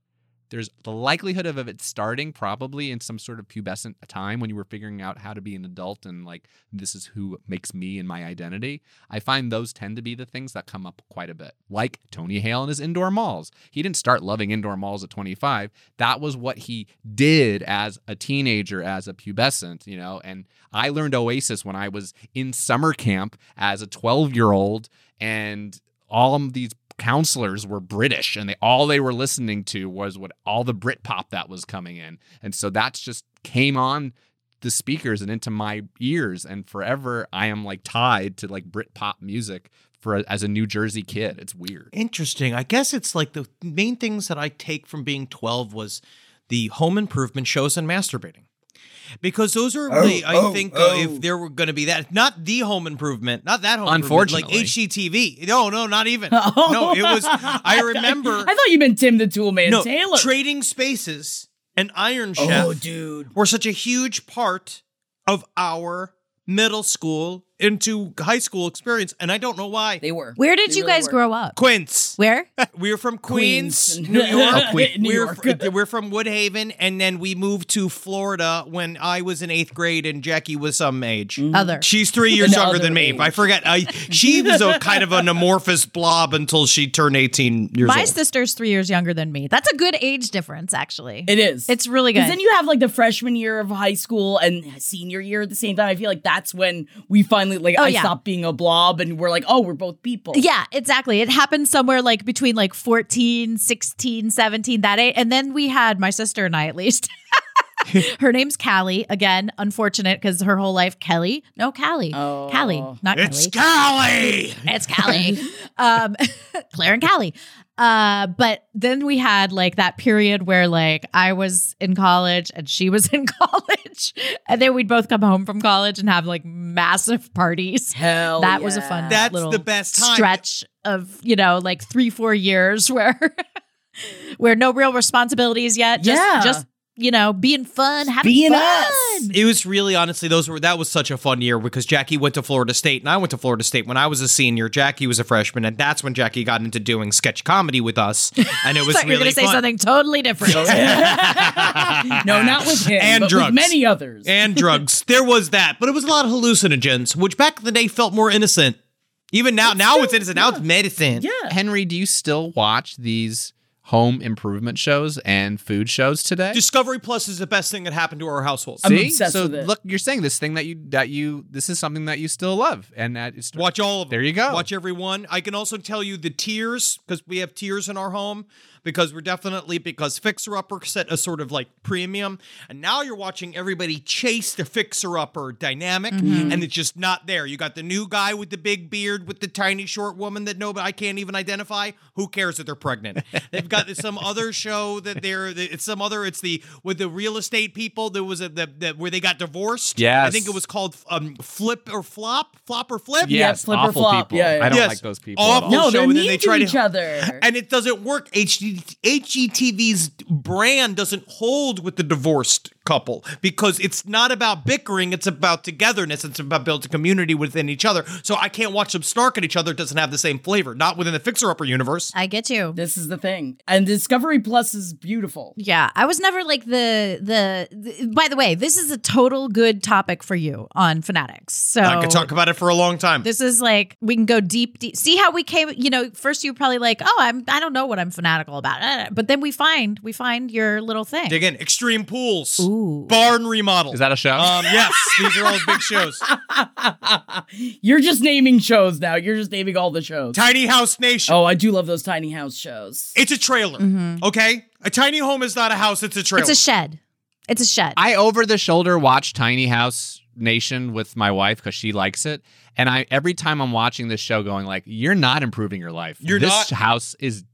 there's the likelihood of it starting probably in some sort of pubescent time when you were figuring out how to be an adult and like this is who makes me and my identity. I find those tend to be the things that come up quite a bit. Like Tony Hale and his indoor malls. He didn't start loving indoor malls at 25. That was what he did as a teenager, as a pubescent, you know. And I learned Oasis when I was in summer camp as a 12 year old and all of these counselors were British and they all they were listening to was what all the Brit pop that was coming in. And so that's just came on the speakers and into my ears and forever I am like tied to like Brit pop music for as a New Jersey kid. It's weird.
Interesting. I guess it's like the main things that I take from being 12 was the home improvement shows and masturbating. Because those are really, I
oh,
think,
oh.
Uh, if there were going to be that, not the home improvement, not that home
Unfortunately.
improvement, like HGTV. No, no, not even.
Oh.
No, it was, I remember
I thought you meant Tim the Tool Man
no,
Taylor.
Trading Spaces and Iron Chef
Oh, dude.
were such a huge part of our middle school into high school experience. And I don't know why.
they were.
Where did
They
you
really
guys
were.
grow up?
Quince.
Where?
We're from Queens,
Queens.
New York.
Oh, Queens. New
we're,
York.
fr- we're from Woodhaven, and then we moved to Florida when I was in eighth grade and Jackie was some age.
Mm. Other.
She's three years
Another
younger than me.
age.
I forget. I, she was a kind of an amorphous blob until she turned 18 years
My
old.
sister's three years younger than me. That's a good age difference, actually.
It is.
It's really good.
Because then you have like the freshman year of high school and senior year at the same time. I feel like that's when we finally like
Oh,
I
yeah.
stopped being a blob and we're like, oh, we're both people.
Yeah, exactly. It happened somewhere like between like 14, 16, 17, that age. And then we had my sister and I at least. her name's Callie. Again, unfortunate because her whole life, Kelly. No, Callie.
Oh.
Callie, not
it's
Kelly.
Callie.
it's Callie. um, Claire and Callie. Uh, but then we had like that period where like I was in college and she was in college. And then we'd both come home from college and have like massive parties
Hell
that was a
Oh, yeah.
fun
That's
little
the best time.
stretch of you know like three four years where where no real responsibilities yet just
Yeah.
just you know being fun having
Being
fun
us.
It was really honestly those were that was such a fun year because Jackie went to Florida State and I went to Florida State when I was a senior. Jackie was a freshman, and that's when Jackie got into doing sketch comedy with us, and it was
thought you were
really
going to say
fun.
something totally different
no, not with him.
And
but with
drugs.
many others.
and drugs. There was that, but it was a lot of hallucinogens, which back in the day felt more innocent. Even now, now it's innocent. Now it's medicine.
yeah.
Henry, do you still watch these home improvement shows and food shows today?
Discovery Plus is the best thing that happened to our households.
I'm
See?
obsessed
so
with it.
look, you're saying this thing that you that you this is something that you still love and that it's
Watch all of them.
There you go.
Watch every one. I can also tell you the tiers because we have tiers in our home because we're definitely because Fixer Upper set a sort of like premium, and now you're watching everybody chase the Fixer Upper dynamic, and it's just not there. You got the new guy with the big beard with the tiny short woman that nobody I can't even identify. Who cares that they're pregnant? They've got some other show that they're it's some other. It's the with the real estate people. There was a the, the where they got divorced. I
Yes.
think it was called um, Flip or Flop, Flop or Flip.
Yeah,
Yes,
flip or
awful
flop.
people.
Yeah, yeah.
I don't
Yes.
like those people at
Awful.
all.
no,
show,
they're
and then
mean
they
to
try to-
each other.
and it doesn't work. HD, HGTV's brand doesn't hold with the divorced couple because it's not about bickering, it's about togetherness, it's about building community within each other. So I can't watch them snark at each other, it doesn't have the same flavor, not within the fixer upper universe.
I get you.
This is the thing. And Discovery Plus is beautiful.
Yeah, I was never like the, the the- By the way, this is a total good topic for you on Fanatics. So
I could talk about it for a long time.
This is like we can go deep, deep. See how we came. You know, first you were probably like, oh, I'm I don't know what I'm fanatical about, eh, but then we find we find your little thing.
Dig in. Extreme pools.
Ooh.
Barn remodel.
Is that a show?
Um, yes, these are all big shows.
You're just naming shows now. You're just naming all the shows.
Tiny House Nation.
oh, I do love those tiny house shows.
It's a trailer. Okay? A tiny home is not a house, it's a trailer.
Mm-hmm. It's a shed. It's a shed.
I over the shoulder watch Tiny House Nation with my wife because she likes it, and I every time I'm watching this show, going like, "You're not improving your life.
You're
this
not-
house is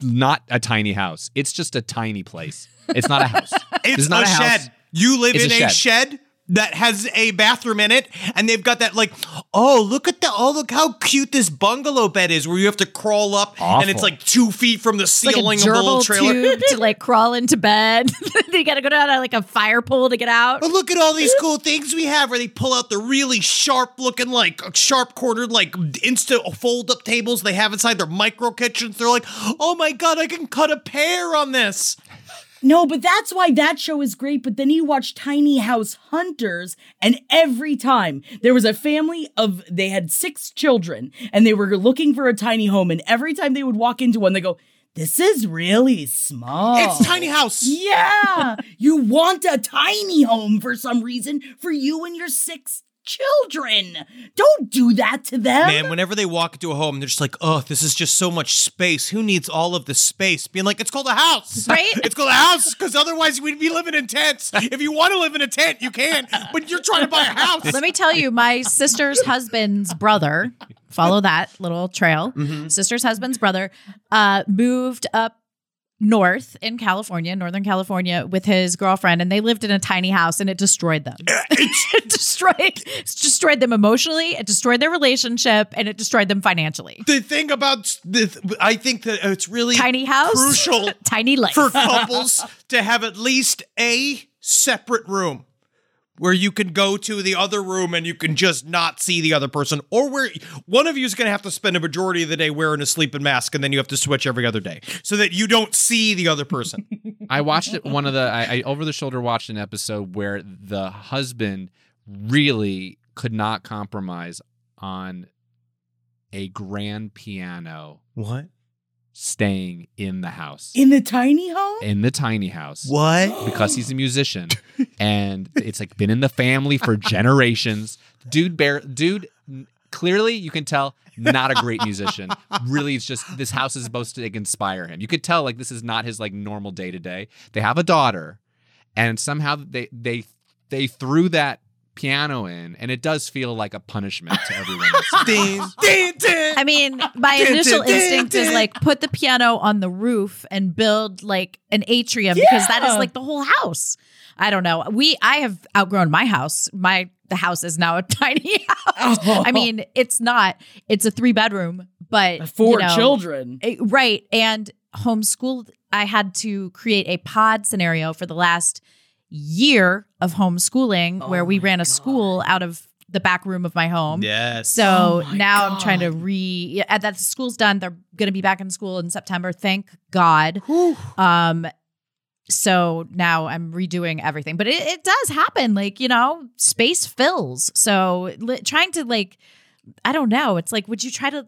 not a tiny house. It's just a tiny place. It's not a house.
It's
This is not
a,
a house.
shed. You live
It's a
in a
shed.
shed. that has a bathroom in it, and they've got that like, oh look at the oh look how cute this bungalow bed is, where you have to crawl up, and it's
Awful.
like two feet from the
It's
ceiling
like a
of the little
gerbil
trailer.
tube to like crawl into bed. you got to go down to like a fire pole to get out.
But look at all these cool things we have where they pull out the really sharp looking, like sharp cornered, like instant fold up tables they have inside their micro kitchens. They're like, oh my God, I can cut a pear on this.
No, but that's why that show is great. But then you watch Tiny House Hunters, and every time there was a family of, they had six children, and they were looking for a tiny home. And every time they would walk into one, they go, This is really small.
Oh.
It's tiny house.
Yeah. you want a tiny home for some reason for you and your six children. Don't do that to them.
Man, whenever they walk into a home, they're just like, oh, this is just so much space. Who needs all of this space? Being like, it's called a house.
Right?
It's called a house because otherwise we'd be living in tents. If you want to live in a tent, you can, but you're trying to buy a house.
Let me tell you, my sister's husband's brother, follow that little trail.
Mm-hmm.
Sister's husband's brother uh, moved up north in California, Northern California, with his girlfriend, and they lived in a tiny house, and it destroyed them. it destroyed, it destroyed them emotionally. It destroyed their relationship, and it destroyed them financially.
the thing about this, I think that it's really
Tiny house,
crucial
tiny life.
for couples to have at least a separate room where you can go to the other room and you can just not see the other person or where one of you is going to have to spend a majority of the day wearing a sleeping mask and then you have to switch every other day so that you don't see the other person
I watched it one of the I, I over the shoulder watched an episode where the husband really could not compromise on a grand piano
what
staying in the house
In the tiny home?
in the tiny house
what
because he's a musician and it's like been in the family for generations. Dude bear dude n- clearly you can tell not a great musician. Really it's just this house is supposed to like, inspire him. You could tell like this is not his like normal day to day. They have a daughter and somehow they they they threw that piano in and it does feel like a punishment to everyone else.
ding, ding, ding.
I mean, my
Dun,
initial
dun, dun,
instinct is
dun.
like put the piano on the roof and build like an atrium because that is
Yeah.
like the whole house. I don't know. We I have outgrown my house. My the house is now a tiny house.
Oh,
Oh.
I mean, it's not. It's a three bedroom, but
Four
you know,
children.
it- right. And homeschooled, I had to create a pod scenario for the last year of
Oh
homeschooling where we ran a school out of the back room of my home.
yes
Um,
Oh
So
my
now I'm trying to
God.
re yeah, that the school's done. They're going to be back in school in September. Thank God. Um, so now I'm redoing everything, but it, it does happen. Like you know, space fills. So li- trying to like, I don't know. It's like, would you try to?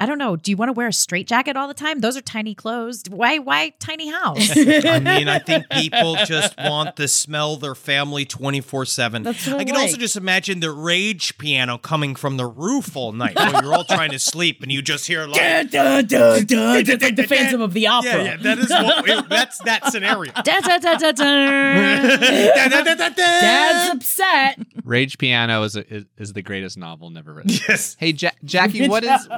I don't know. Do you want to wear a straitjacket all the time? Those are tiny clothes. Why? Why tiny house?
I mean, I think people just want to smell their family 24 7. I
That's what I
can also
like.
just imagine the rage piano coming from the roof all night while you're all trying to sleep and you just hear like.
Da,
Yeah,
da, da, da, da, da, the Phantom of the Opera.
yeah, that is what we- that's that scenario.
Da, da, da, da, da.
Da, da, da, da, da.
Dad's upset.
Rage Piano is, a, is is the greatest novel never written.
Yes.
Hey ja- Jackie, what is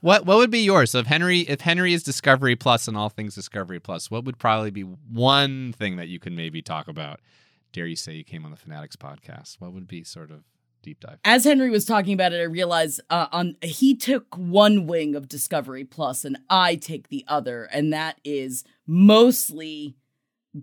what what would be yours? So if Henry if Henry is Discovery Plus and all things Discovery Plus, what would probably be one thing that you can maybe talk about? Dare you say you came on the Fanatics podcast? What would be sort of deep dive?
as Henry was talking about it, I realized uh, on he took one wing of Discovery Plus, and I take the other, and that is mostly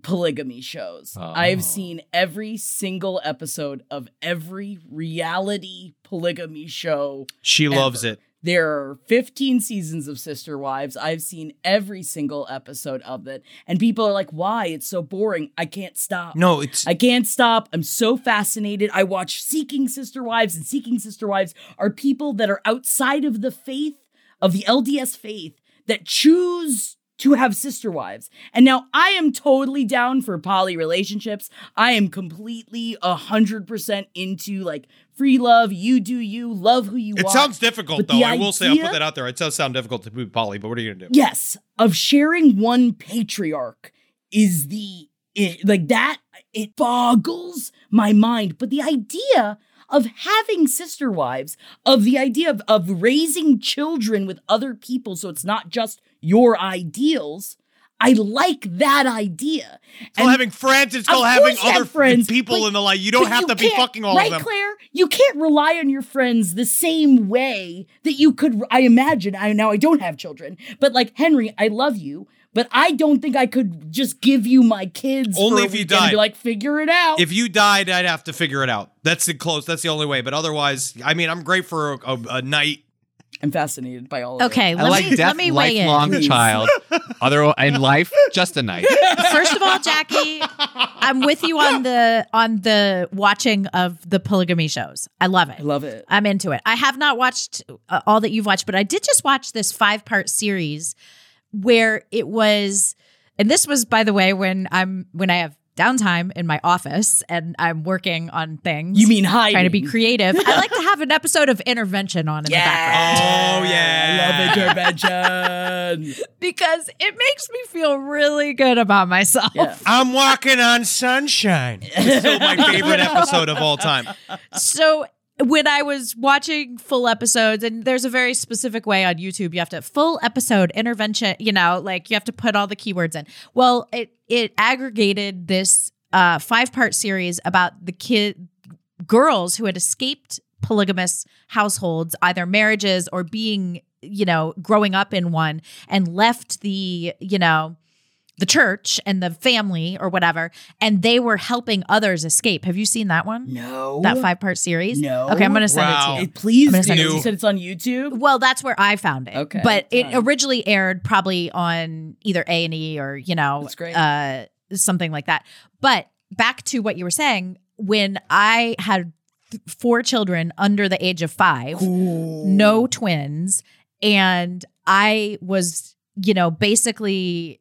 polygamy shows.
Oh.
I've seen every single episode of every reality polygamy show.
She
Ever.
loves it.
There are 15 seasons of Sister Wives. I've seen every single episode of it. And people are like, why? It's so boring. I can't stop.
No, it's
I can't stop. I'm so fascinated. I watch Seeking Sister Wives, and Seeking Sister Wives are people that are outside of the faith of the LDS faith that choose to have sister wives. And now I am totally down for poly relationships. I am completely 100% into like free love, you do you, love who you
it
want.
sounds difficult
But
though.
the
I will say I'll put
idea-
that out there. It does sound difficult to be poly, but what are you gonna do?
Yes, of sharing one patriarch is the it, like that it boggles my mind. But the idea of having sister wives, of the idea of, of raising children with other people, so it's not just your ideals. I like that idea.
Still
And-
having friends and still
Of
having
course you
other
have friends,
people
but-
in the life. You don't
but
have to be
can't-
fucking all
right,
of them.
Claire, you can't rely on your friends the same way that you could. I imagine. I now I don't have children, but like Henry, I love you, but I don't think I could just give you my kids for
Only
a
if you
weekend and
died.
Be like, figure it out.
If you died, I'd have to figure it out. That's the close. That's the only way. But otherwise, I mean, I'm great for a, a, a night.
I'm fascinated by all. Of it.
Okay,
I
let
like
me
death,
let me weigh in.
lifelong
Please.
child. Other in life, just a night.
First of all, Jackie, I'm with you on the on the watching of the polygamy shows. I love it.
I love it.
I'm into it. I have not watched uh, all that you've watched, but I did just watch this five part series where it was, and this was, by the way, when I'm when I have downtime in my office and I'm working on things.
You mean hiding?
trying to be creative? I like to have an episode of intervention on in the background.
Yeah.
Oh, yeah.
I love intervention.
because it makes me feel really good about myself.
Yeah.
I'm walking on sunshine. It's still my favorite episode of all time.
So when I was watching full episodes, and there's a very specific way on YouTube, you have to full episode intervention, you know, like you have to put all the keywords in. Well, it it aggregated this uh, five part series about the kid girls who had escaped polygamous households, either marriages or being, you know, growing up in one and left the, you know, the church and the family or whatever, and they were helping others escape. Have you seen that one?
no.
that five part series?
No.
Okay, I'm gonna send
Wow.
it to
It- please
I'm
do.
gonna send it
to
You
you.
said it's on YouTube.
you. Well, that's where I found it.
Okay.
but it
Nice.
originally aired probably on either A and E or you know,
That's great.
Uh, something like that. But back to what you were saying, when I had th- four children under the age of five, no twins, and I was, you know, basically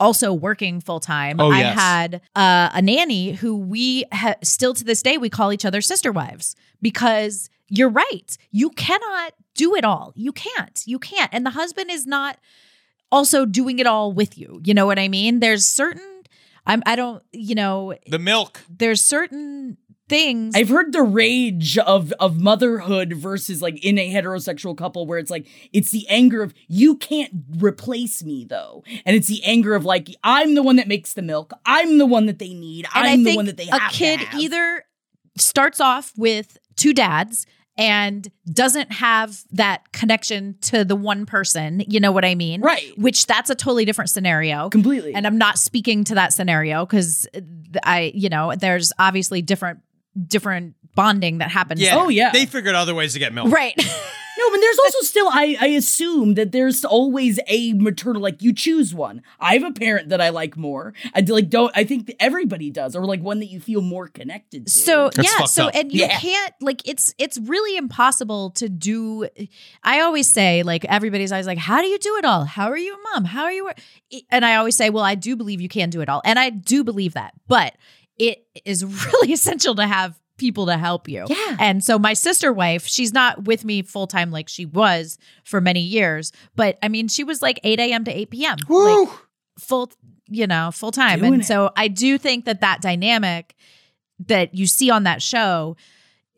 also working full time.
Oh,
I
yes.
had uh, a nanny who we ha- still to this day we call each other sister wives because you're right, you cannot do it all. You can't. You can't. And the husband is not also doing it all with you. You know what I mean? There's certain I'm I don't, you know,
The milk.
there's certain things
I've heard the rage of of motherhood versus like in a heterosexual couple where it's like it's the anger of you can't replace me though, and it's the anger of like I'm the one that makes the milk, I'm the one that they need,
and
I'm
I
the
think
one that they
a
have to
kid
have.
either starts off with two dads and doesn't have that connection to the one person. You know what I mean?
right
Which that's a totally different scenario.
completely
And I'm not speaking to that scenario because I, you know, there's obviously different different bonding that happens.
Yeah.
Oh, yeah.
They figured other ways to get milk.
Right.
No, but there's also still I I assume that there's always a maternal like you choose one. I have a parent that I like more. I d- like don't I think that everybody does or like one that you feel more connected to.
So
That's
yeah,
fucked
so
up.
and you
Yeah.
can't like it's it's really impossible to do. I always say like everybody's always like, how do you do it all? How are you a mom? How are you? a-" And I always say, well, I do believe you can do it all, and I do believe that, but it is really essential to have people to help you.
yeah.
And so my sister wife, she's not with me full time like she was for many years, but I mean, she was like 8 a.m. to 8 p.m. Like full, you know, full time.
Doing
And
it.
so I do think that that dynamic that you see on that show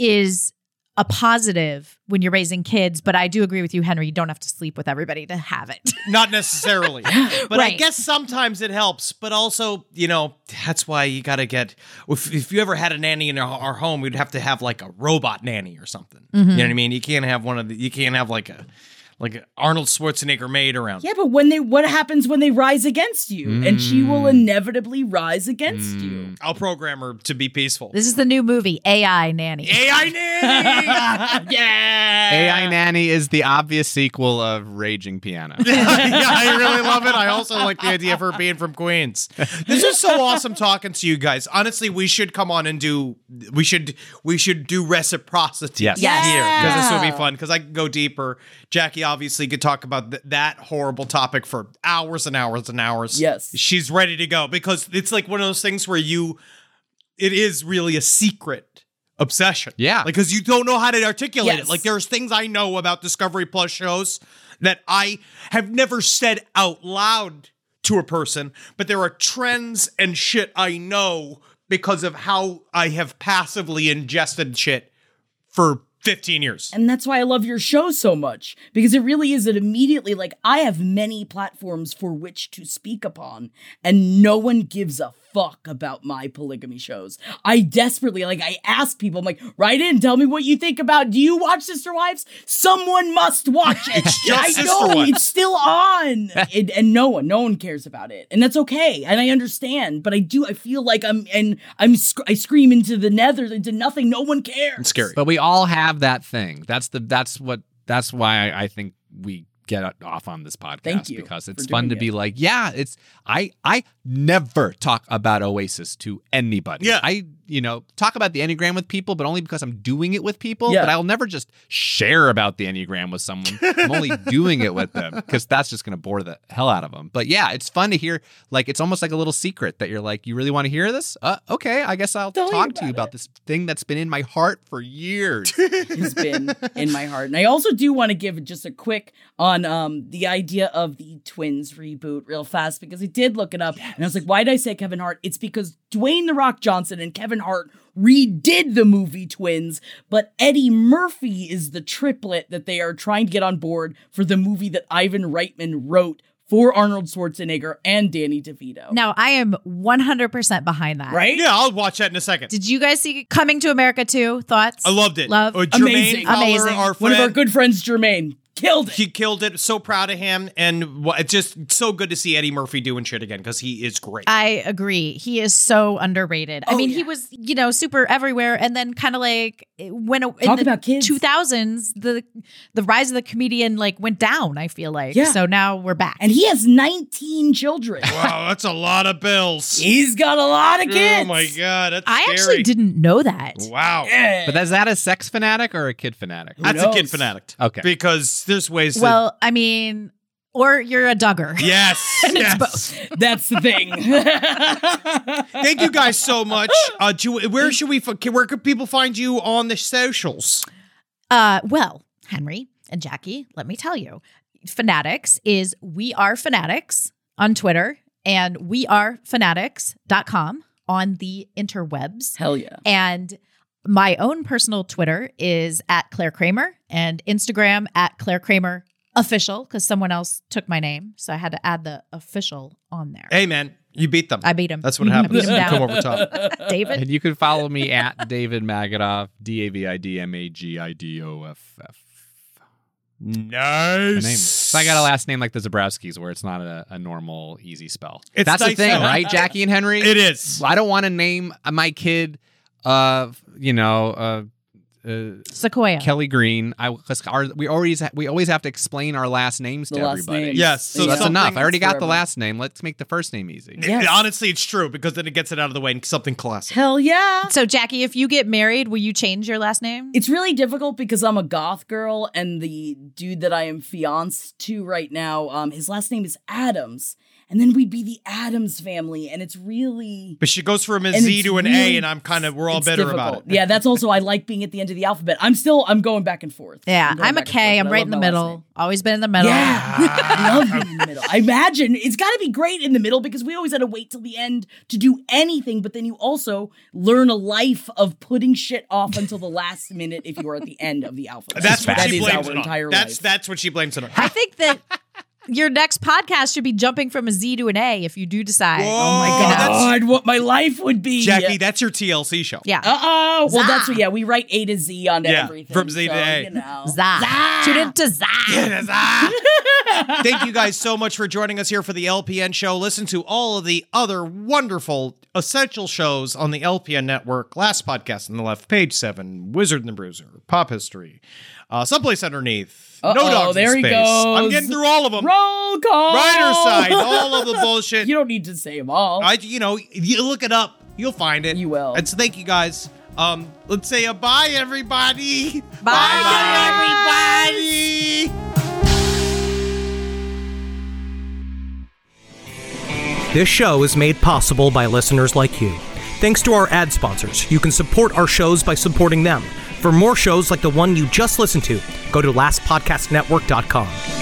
is a positive when you're raising kids. But I do agree with you, Henry. You don't have to sleep with everybody to have it.
Not necessarily. But I
Right.
guess sometimes it helps. But also, you know, that's why you got to get. If, if you ever had a nanny in our, our home,
Mm-hmm.
you'd have to have like a robot nanny or something. You know what I mean? You can't have one of the. You can't have like a. like Arnold Schwarzenegger made around.
Yeah, but when they what happens when they rise against you? And she will inevitably rise against you.
I'll program her to be peaceful.
This is the new movie, AI Nanny.
AI nanny.
AI Nanny is the obvious sequel of Raging Piano.
yeah, I really love it. I also like the idea of her being from Queens. This is so awesome talking to you guys. Honestly, we should come on and do we should we should do reciprocity
Yes.
Yes.
here because this would
Yeah.
be fun because I could go deeper. Jackie obviously could talk about th- that horrible topic for hours and hours and hours.
Yes.
she's ready to go because it's like one of those things where you it is really a secret obsession.
Yeah.
Like because you don't know how to articulate
Yes.
it. Like there's things I know about Discovery Plus shows that I have never said out loud to a person, but there are trends and shit I know because of how I have passively ingested shit for 15 years.
And that's why I love your show so much because it really is it immediately like I have many platforms for which to speak upon, and no one gives a fuck about my polygamy shows. I desperately like I ask people, I'm like, write in, tell me what you think about. Do you watch Sister Wives? Someone must watch it. I
Sister
know
Wives.
it's still on, It- and no one, no one cares about it, and that's okay, and I understand. But I do, I feel like I'm, and I'm, sc- I scream into the nether, into nothing. No one cares.
It's scary.
But we all have that thing. That's the that's what that's why I, I think we get off on this podcast
Thank you
because
for
it's fun to
doing
be like, yeah, it's I I never talk about Oasis to anybody.
Yeah.
I you know talk about the Enneagram with people, but only because I'm doing it with people.
Yeah.
But I'll never just share about the Enneagram with someone. I'm only doing it with them because that's just gonna bore the hell out of them. But yeah, it's fun to hear. Like it's almost like a little secret that you're like, you really want to hear this? Uh, okay, I guess I'll
Tell me
talk to
about
you
it.
about this thing that's been in my heart for years.
has been in my heart. And I also do want to give just a quick on um the idea of the twins reboot real fast because I did look it up and I was like, why did I say Kevin Hart? It's because Dwayne the Rock Johnson and Kevin Hart redid the movie Twins, but Eddie Murphy is the triplet that they are trying to get on board for the movie that Ivan Reitman wrote for Arnold Schwarzenegger and Danny DeVito.
Now, I am 100% behind that.
right?
Yeah, I'll watch that in a second.
Did you guys see Coming to America too? Thoughts?
I loved it.
Love.
Uh, Jermaine
Amazing.
Fowler,
Amazing.
Our
One of our
friend,
good friends, Jermaine, killed it.
he killed it. So proud of him, and wha- it's just so good to see Eddie Murphy doing shit again because he is great.
I agree. He is so underrated. I
Oh,
mean, he
yeah.
was, you know, super everywhere, and then kind of like when in
Talk
the
about kids.
2000s, the the rise of the comedian like went down. I feel like,
Yeah.
So now we're back.
And he has 19 children.
wow, that's a lot of bills.
He's got a lot of kids.
Oh my god, that's
I
scary.
actually didn't know that.
Wow,
Yeah.
But is that a sex fanatic or a kid fanatic?
Who
that's a kid
knows?
fanatic.
Okay.
because there's ways. to-
Well, I mean, or you're a dugger.
yes, yes.
That's the thing.
Thank you guys so much. Uh, do, you- where should we? fi- can- Where could people find you on the socials?
Uh, well, Henry and Jackie, let me tell you, Fanatics is we are fanatics on Twitter and we are fanatics.com on the interwebs.
Hell yeah.
And my own personal Twitter is at Claire Kramer and Instagram at Claire Kramer official because someone else took my name. So I had to add the official on there.
Hey man, you beat them.
I beat him.
That's what
I beat
happens.
him
You
down.
come over top.
David.
And you can follow me at David Magadoff, D A V I D M A G I D O F F. My name.
Nice.
So I got a last name like the Zabrowskis, where it's not a, a normal, easy spell.
It's
That's the
nice
thing,
though.
right, Jackie and Henry?
It is.
I don't want to name my kid, uh, you know, uh, uh,
Sequoia.
Kelly Green. I because we always ha- we always have to explain our last names
The
to
last
everybody.
names.
Yes, so
So that's
something-
enough. I already got the
forever.
last name. Let's make the first name easy.
Yes.
Honestly, it's true because then it gets it out of the way and something classic.
Hell yeah.
So, Jackie, if you get married, will you change your last name?
It's really difficult because I'm a goth girl, and the dude that I am fianced to right now, um, his last name is Adams, and then we'd be the Adams family, and it's really
But she goes from a
and
Z
it's
to an
really-
A, and I'm kind of we're all
it's
bitter about
difficult.
it.
Yeah, that's also I like being at the end of the alphabet. I'm still I'm going back and forth.
Yeah,
going
I'm a
back and forth,
K.
but
I'm
I
right
love
in the
my last
middle.
name.
Always been in the middle.
Yeah. I love being in the middle. I imagine it's got to be great in the middle because we always had to wait till the end to do anything, but then you also learn a life of putting shit off until the last minute if you are at the end of the alphabet.
That's what
That
she
is
blames
our
it on.
entire
That's
life.
that's what she blames it on.
I think that your next podcast should be jumping from a Z to an A if you do decide. Oh
Whoa,
my
oh, that's-
God, what my life would be.
Jackie, that's your TLC show.
Yeah.
Uh oh. Well,
Za.
that's what, yeah. We write A to Z on
Yeah,
everything.
from Z
so,
to A.
You know.
Za. Tune in to Za.
Thank you guys so much for joining us here for the LPN show. Listen to all of the other wonderful essential shows on the LPN network. Last podcast on the left, page seven, Wizard and the Bruiser, Pop History, uh, someplace underneath.
Uh-oh,
no dogs
there
in
he
space. I'm
goes.
getting through all of them.
Roll call.
Rider side, all of the bullshit.
you don't need to say them all.
I, you know, you look it up, you'll find it.
You will.
And so, thank you guys. Um, let's say a bye, everybody.
Bye, guys.
everybody.
This show is made possible by listeners like you. Thanks to our ad sponsors, you can support our shows by supporting them. For more shows like the one you just listened to, go to lastpodcastnetwork.com.